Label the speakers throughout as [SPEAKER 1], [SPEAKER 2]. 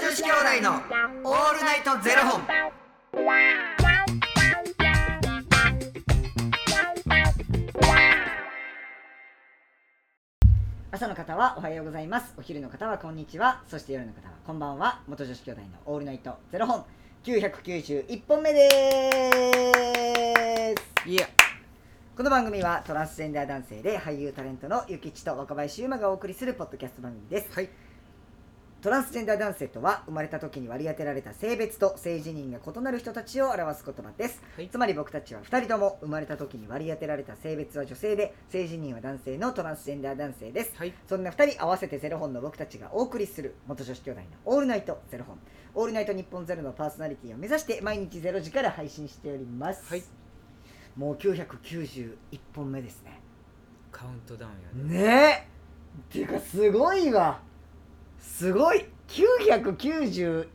[SPEAKER 1] 子兄弟のオールナイトゼロ本。
[SPEAKER 2] 朝の方はおはようございますお昼の方はこんにちはそして夜の方はこんばんは元女子兄弟のオールナイトゼロ本991本目です
[SPEAKER 1] いや、
[SPEAKER 2] この番組はトランスジェンダー男性で俳優タレントのゆきちと若林優馬がお送りするポッドキャスト番組です
[SPEAKER 1] はい。
[SPEAKER 2] トランスジェンダー男性とは生まれた時に割り当てられた性別と性自認が異なる人たちを表す言葉です、
[SPEAKER 1] はい
[SPEAKER 2] つまり僕たちは2人とも生まれた時に割り当てられた性別は女性で性自認は男性のトランスジェンダー男性です
[SPEAKER 1] はい。
[SPEAKER 2] そんな2人合わせてゼロ本の僕たちがお送りする元女子兄弟のオールナイトゼロ本オールナイト日本ゼロのパーソナリティを目指して毎日ゼロ時から配信しております、
[SPEAKER 1] はい
[SPEAKER 2] もう991本目ですね
[SPEAKER 1] カウントダウンやね。
[SPEAKER 2] ねえっていうかすごいわすごい991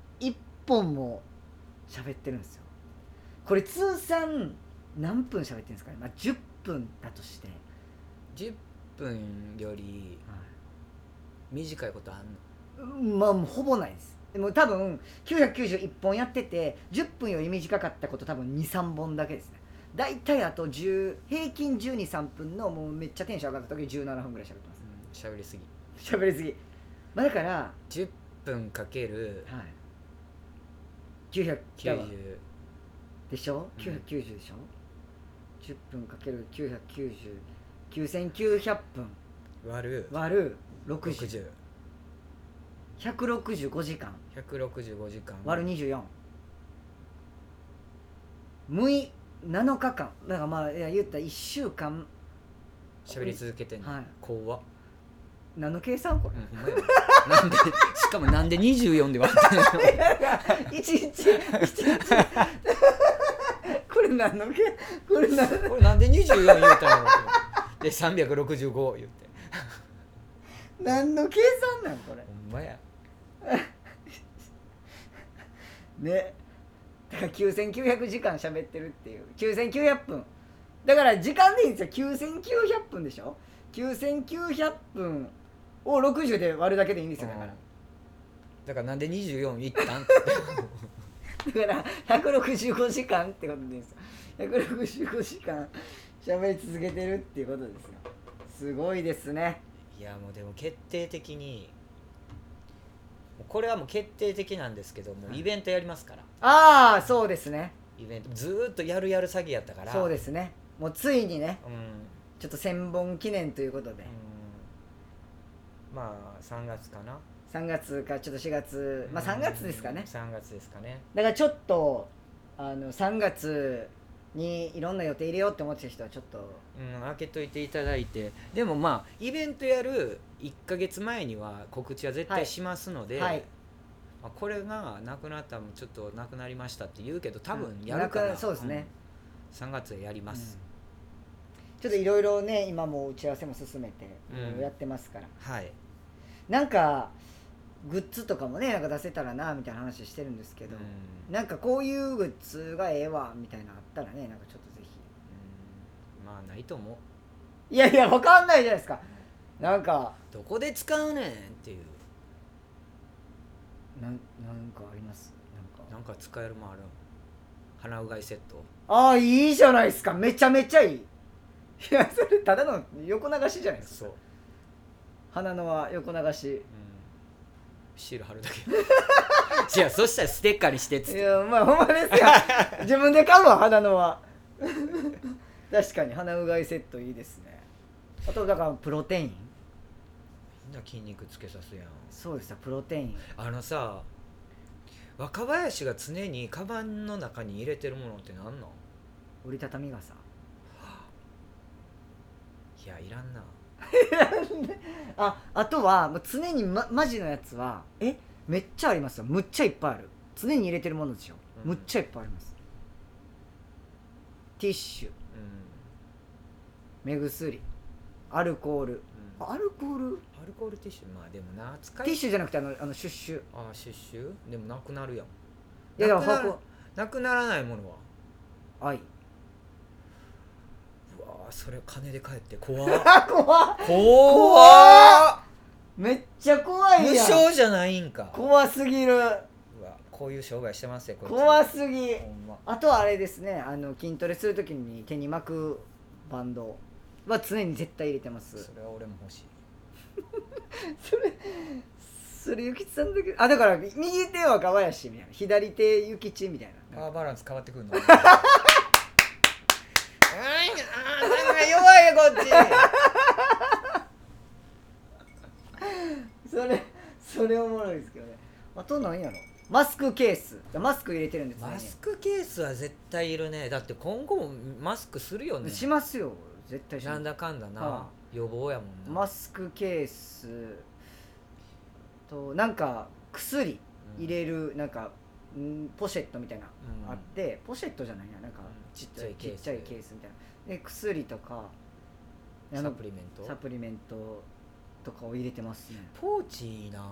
[SPEAKER 2] 本も喋ってるんですよこれ通算何分喋ってるんですかね、まあ、10分だとして、
[SPEAKER 1] 10分より短いことあんの
[SPEAKER 2] まあもうほぼないですでも多分991本やってて10分より短かったこと多分23本だけですね大体あと10平均123分のもうめっちゃテンション上がった時17分ぐらい喋ってま
[SPEAKER 1] うん喋りすぎ。
[SPEAKER 2] す喋りすぎまあだから、は
[SPEAKER 1] 10分かける
[SPEAKER 2] い、900だわ
[SPEAKER 1] 90。
[SPEAKER 2] でしょ
[SPEAKER 1] うん
[SPEAKER 2] 990でしょ、10分かける990 9900分
[SPEAKER 1] 割る
[SPEAKER 2] 割る60
[SPEAKER 1] 60。
[SPEAKER 2] 165時間
[SPEAKER 1] 165時間。
[SPEAKER 2] 割る24 6 7日間だからまあいや言ったら1週間
[SPEAKER 1] 喋り続けてんの。
[SPEAKER 2] はい
[SPEAKER 1] 怖っ。
[SPEAKER 2] 何の計算こ
[SPEAKER 1] うんほんまやななんで、 しかもなんで24で割ってんの
[SPEAKER 2] れ一日一日 これ何の計これ何
[SPEAKER 1] これなんで24言うたんやろうと思ってで365言って
[SPEAKER 2] 何の計算なんこれ
[SPEAKER 1] ほんまや
[SPEAKER 2] ねだから9900時間喋ってるっていう9900分だから時間でいいんですよ9900分でしょ9900分を60で割るだけでいいんですよだから
[SPEAKER 1] だからなんで24いったんって
[SPEAKER 2] だから165時間ってことですよ165時間喋り続けてるっていうことですよすごいですね
[SPEAKER 1] いやもうでも決定的にもうこれはもう決定的なんですけどもう
[SPEAKER 2] はい
[SPEAKER 1] イベントやりますから
[SPEAKER 2] ああそうですね
[SPEAKER 1] イベントずーっとやるやる詐欺やったから
[SPEAKER 2] そうですすねもうついにね
[SPEAKER 1] うん、
[SPEAKER 2] ちょっと1000本記念ということで
[SPEAKER 1] うんまあ3月かな
[SPEAKER 2] 3月かちょっと4月まあ3月ですかね
[SPEAKER 1] 3月ですかね
[SPEAKER 2] だからちょっとあの3月にいろんな予定入れようって思ってる人はちょっと
[SPEAKER 1] うん、開けといていただいてでもまあイベントやる1か月前には告知は絶
[SPEAKER 2] はい
[SPEAKER 1] 対しますので、
[SPEAKER 2] はい
[SPEAKER 1] まあ、これがなくなったもちょっとなくなりましたって言うけど多分
[SPEAKER 2] うん
[SPEAKER 1] やるから、
[SPEAKER 2] なくそうですね
[SPEAKER 1] うん、3月でやります、
[SPEAKER 2] ちょっといろいろね今もう打ち合わせも進めて
[SPEAKER 1] うん
[SPEAKER 2] いろいろやってますから、
[SPEAKER 1] はい
[SPEAKER 2] なんかグッズとかもねなんか出せたらなみたいな話してるんですけ
[SPEAKER 1] け
[SPEAKER 2] ど
[SPEAKER 1] うん、
[SPEAKER 2] なんかこういうグッズがええわみたいなのあったらねなんかちょっとぜ
[SPEAKER 1] うんまあないと思う
[SPEAKER 2] ひいやいやわかんないじゃないですかなんか
[SPEAKER 1] どこで使うねんっていう
[SPEAKER 2] なんなんかありますなんか
[SPEAKER 1] なんか使えるもんある鼻うがいセット
[SPEAKER 2] ああいいじゃないですかめちゃめちゃいいいやそれただの横流しじゃないですか
[SPEAKER 1] そう、うん、
[SPEAKER 2] 花のは横流し
[SPEAKER 1] シール貼るだけ いやそしたらステッカーにしてっつっ
[SPEAKER 2] い
[SPEAKER 1] て
[SPEAKER 2] やまあほんまです よ自分で買うわ花のは 確かに花うがいセットいいですねあとだからプロテイン
[SPEAKER 1] みんな筋肉つけさすやん
[SPEAKER 2] そうですよプロテイン
[SPEAKER 1] あのさ若林が常にカバンの中に入れてるものって何なん
[SPEAKER 2] 折りたたみ傘
[SPEAKER 1] いやいらんな
[SPEAKER 2] ああとはもう常に、ま、マジのやつはえめっちゃありますよむっちゃいっぱいある常に入れてるものでしょ、
[SPEAKER 1] うん
[SPEAKER 2] むっちゃいっぱいありますティッシュ
[SPEAKER 1] う
[SPEAKER 2] 目薬アルコール
[SPEAKER 1] ん、うん、
[SPEAKER 2] あアルコール
[SPEAKER 1] アルコールティッシュまあでもな使い
[SPEAKER 2] ティッシュじゃなくてあのあのシュッシュい
[SPEAKER 1] ああシュッシュでもなくなるやん
[SPEAKER 2] やでも
[SPEAKER 1] なくなる
[SPEAKER 2] 箱
[SPEAKER 1] なくならないものは
[SPEAKER 2] あいう
[SPEAKER 1] わーそれ金で買えって怖 っ
[SPEAKER 2] あ 怖っ
[SPEAKER 1] 怖っ
[SPEAKER 2] めっちゃ怖い
[SPEAKER 1] 無
[SPEAKER 2] やん
[SPEAKER 1] 償じゃないんか
[SPEAKER 2] 怖すぎる
[SPEAKER 1] こういう商売してますよこいつ
[SPEAKER 2] 怖すぎ
[SPEAKER 1] ほんま
[SPEAKER 2] あとはあれですねあの筋トレするときに手に巻くバンドは常に絶対入れてます
[SPEAKER 1] それは俺も欲しい
[SPEAKER 2] それそれゆきちさんだけあだから右手は川やしみたいな左手ゆきちみたい
[SPEAKER 1] パ
[SPEAKER 2] な
[SPEAKER 1] ワーバランス変わってくるのうーんあーなんか弱いよこ っち
[SPEAKER 2] それそれおもろいですけどねあと何やろマスクケースマスク入れてるんです
[SPEAKER 1] マスクケースは絶対いるねだって今後もマスクするよね
[SPEAKER 2] しますよ絶対しま
[SPEAKER 1] な
[SPEAKER 2] す
[SPEAKER 1] んだかんだな、
[SPEAKER 2] は
[SPEAKER 1] 予防やもんな、
[SPEAKER 2] マスクケースとなんか薬入れるなんか、ん、ポシェットみたいな
[SPEAKER 1] うん
[SPEAKER 2] あって、ポシェットじゃないななんか
[SPEAKER 1] うん
[SPEAKER 2] ち
[SPEAKER 1] ち
[SPEAKER 2] っ
[SPEAKER 1] っ
[SPEAKER 2] ち
[SPEAKER 1] ち
[SPEAKER 2] ゃ
[SPEAKER 1] ゃ
[SPEAKER 2] い
[SPEAKER 1] い
[SPEAKER 2] ケ
[SPEAKER 1] ケー
[SPEAKER 2] ー
[SPEAKER 1] ス
[SPEAKER 2] スみたいなで薬とかあの
[SPEAKER 1] サプリメント
[SPEAKER 2] サプリメントとかを入れてますね
[SPEAKER 1] ポーチいいな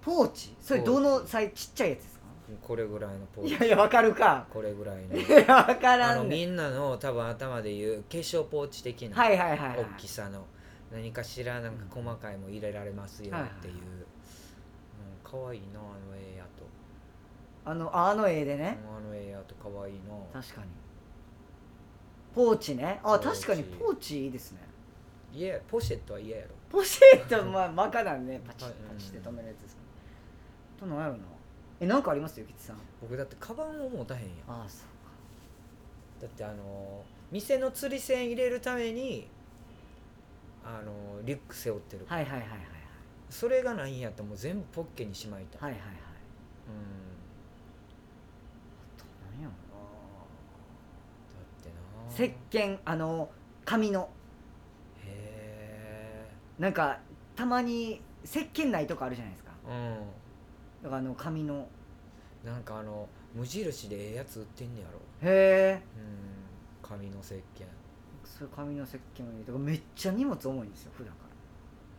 [SPEAKER 2] ポーチそれ
[SPEAKER 1] ポー
[SPEAKER 2] ど
[SPEAKER 1] チ
[SPEAKER 2] のサイちっちゃいやつですか
[SPEAKER 1] これぐらいのポー
[SPEAKER 2] い
[SPEAKER 1] チ
[SPEAKER 2] やいやわかるか
[SPEAKER 1] これぐらいの
[SPEAKER 2] いやわから
[SPEAKER 1] あの
[SPEAKER 2] んね
[SPEAKER 1] み
[SPEAKER 2] ん
[SPEAKER 1] んなの多分頭で言う化粧ポーチ的な、
[SPEAKER 2] はいはいはいはい
[SPEAKER 1] 大きさの何かしらなんか細かいも入れられますよっていう、うん、可愛いなあの絵やと
[SPEAKER 2] あのあの絵でね、
[SPEAKER 1] あの絵やと可愛いな
[SPEAKER 2] 確かにポーチねあ
[SPEAKER 1] ポー
[SPEAKER 2] 確
[SPEAKER 1] チ
[SPEAKER 2] かにポーチいい ですね
[SPEAKER 1] いやポシェットは嫌やろ
[SPEAKER 2] ポシェットまあマカだねパチッパチッて止めるやつですからとなんやろなえなんかありますよ吉さん
[SPEAKER 1] 僕だってカバンを持たへんやんだ
[SPEAKER 2] ああそう
[SPEAKER 1] ってあのー店の釣り線入れるためにあのーリュック背負ってる、
[SPEAKER 2] はいはいはいはい
[SPEAKER 1] それがないんやったらもう全部ポッケにしまいた、
[SPEAKER 2] はいはいはいはい
[SPEAKER 1] うん
[SPEAKER 2] となんやろ
[SPEAKER 1] だって
[SPEAKER 2] な
[SPEAKER 1] な
[SPEAKER 2] 石鹸あの紙の
[SPEAKER 1] へ
[SPEAKER 2] なんかたまに石鹸ないとこあるじゃないですか
[SPEAKER 1] えうん
[SPEAKER 2] だからあの紙の
[SPEAKER 1] なんかあの無印でええやつ売ってんねやろ
[SPEAKER 2] へえ
[SPEAKER 1] うん紙の石鹸
[SPEAKER 2] そういう紙の石鹸を入れてめっちゃ荷物重いんですよ普段か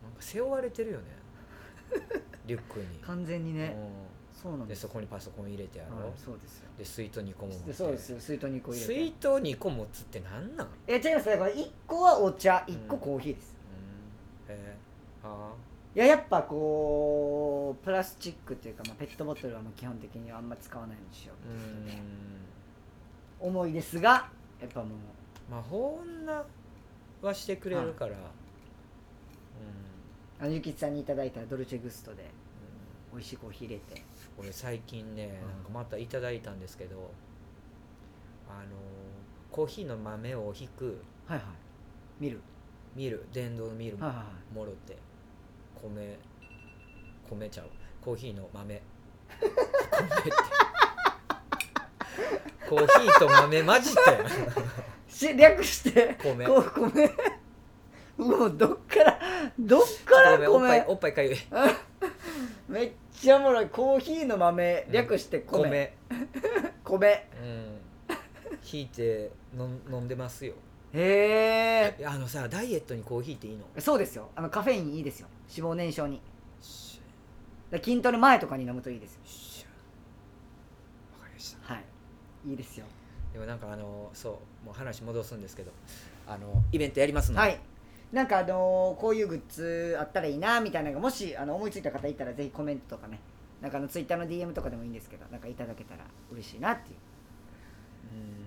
[SPEAKER 1] なんか背負われてるよ ねリュックに
[SPEAKER 2] ら完全にねそうな
[SPEAKER 1] うんん、
[SPEAKER 2] で
[SPEAKER 1] ですそこにパソコン入れてやろ、
[SPEAKER 2] はいそうですよ
[SPEAKER 1] で水筒2個も持って
[SPEAKER 2] でそうですよ水筒にこう入れ
[SPEAKER 1] 水
[SPEAKER 2] て
[SPEAKER 1] 筒2個持つってなんなん、うん、
[SPEAKER 2] え違いますだから1個はお茶1個
[SPEAKER 1] うん
[SPEAKER 2] コーヒーです、
[SPEAKER 1] えー、あ
[SPEAKER 2] いややっぱこうプラスチックっていうか、まあ、ペットボトルはもう基本的にあんま使わないんでしょ
[SPEAKER 1] ーううん
[SPEAKER 2] う重いですがやっぱもう
[SPEAKER 1] まあ保温なはしてくれ るから、うん
[SPEAKER 2] あのゆきつさんにいただいたドルチェグストで
[SPEAKER 1] う
[SPEAKER 2] 美
[SPEAKER 1] ん
[SPEAKER 2] 味しいコーヒー入れて
[SPEAKER 1] 俺最近ね
[SPEAKER 2] うん
[SPEAKER 1] なんかまたいただいたんですけどあのコーヒーの豆をひく
[SPEAKER 2] はいはい見る
[SPEAKER 1] ミル電動ミ
[SPEAKER 2] は
[SPEAKER 1] ル
[SPEAKER 2] い
[SPEAKER 1] も
[SPEAKER 2] はいはい
[SPEAKER 1] ろて米米ちゃうコーヒーの豆米ってコーヒーと豆混じったよ
[SPEAKER 2] し略して
[SPEAKER 1] 米
[SPEAKER 2] こう米もうどっからどっから
[SPEAKER 1] おっぱい
[SPEAKER 2] 米
[SPEAKER 1] おっぱいかゆい
[SPEAKER 2] めっちゃおもろいコーヒーの豆
[SPEAKER 1] うん
[SPEAKER 2] 略して米、米
[SPEAKER 1] 米うんひいて飲ん飲んでますよ
[SPEAKER 2] へ
[SPEAKER 1] いやあのさダイエットにコーヒーっていいの
[SPEAKER 2] えそうですよあのカフェインいいですよ脂肪燃焼に
[SPEAKER 1] し
[SPEAKER 2] だから筋トレ前とかに飲むといいですよ
[SPEAKER 1] しゃわかりました
[SPEAKER 2] はいいいですよ
[SPEAKER 1] でもなんかあのそうもう話戻すんですけどあのイベントやりますので、
[SPEAKER 2] はいなんかあのーこういうグッズあったらいいなみたいなのがもしあの思いついた方いたらぜひコメントとかねなんかあのツイッターの DM とかでもいいんですけどなんかいただけたら嬉しいなっていう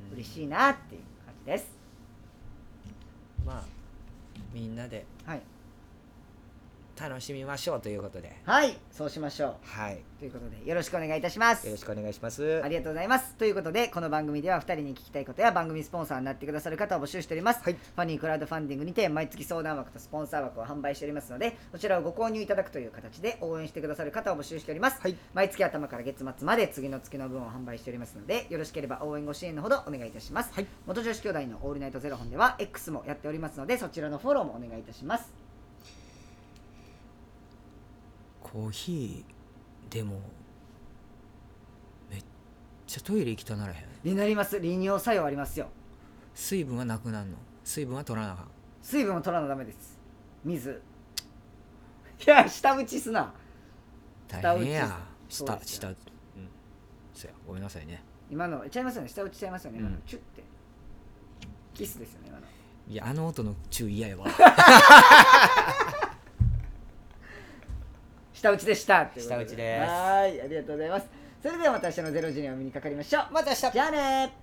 [SPEAKER 1] うん
[SPEAKER 2] 嬉しいなっていう感じです
[SPEAKER 1] まあみんなで
[SPEAKER 2] はい
[SPEAKER 1] 楽しみましょうということで
[SPEAKER 2] はいそうしましょう
[SPEAKER 1] はい
[SPEAKER 2] ということでよろしくお願いいたします
[SPEAKER 1] よろしくお願いします
[SPEAKER 2] ありがとうございますということでこの番組では2人に聞きたいことや番組スポンサーになってくださる方を募集しております、
[SPEAKER 1] はい
[SPEAKER 2] ファニークラウドファンディングにて毎月相談枠とスポンサー枠を販売しておりますのでそちらをご購入いただくという形で応援してくださる方を募集しております、
[SPEAKER 1] はい
[SPEAKER 2] 毎月頭から月末まで次の月の分を販売しておりますのでよろしければ応援ご支援のほどお願いいたします、
[SPEAKER 1] はい
[SPEAKER 2] 元女子兄弟のオールナイトゼロ本では X もやっておりますのでそちらのフォローもお願いいたします
[SPEAKER 1] コーヒーでもめっちゃトイレ行きたならへん
[SPEAKER 2] になります利尿作用ありますよ
[SPEAKER 1] 水分はなくなるの水分は取らなあかん
[SPEAKER 2] 水分を取らなダメです水いや舌打ちすな
[SPEAKER 1] 大変や
[SPEAKER 2] 舌打
[SPEAKER 1] 下
[SPEAKER 2] ち
[SPEAKER 1] 下うんそやごめんなさいね
[SPEAKER 2] 今のちゃいますよね下打ちちゃいますよね、
[SPEAKER 1] うん
[SPEAKER 2] 今のチュッてキスですよね今の
[SPEAKER 1] いやあの音の注意嫌やわ
[SPEAKER 2] 下打ちでしたということ
[SPEAKER 1] 下打ちです
[SPEAKER 2] はーいありがとうございますそれではまた明日の『ゼロ時にお目にかかりましょう
[SPEAKER 1] また明日
[SPEAKER 2] じゃあねー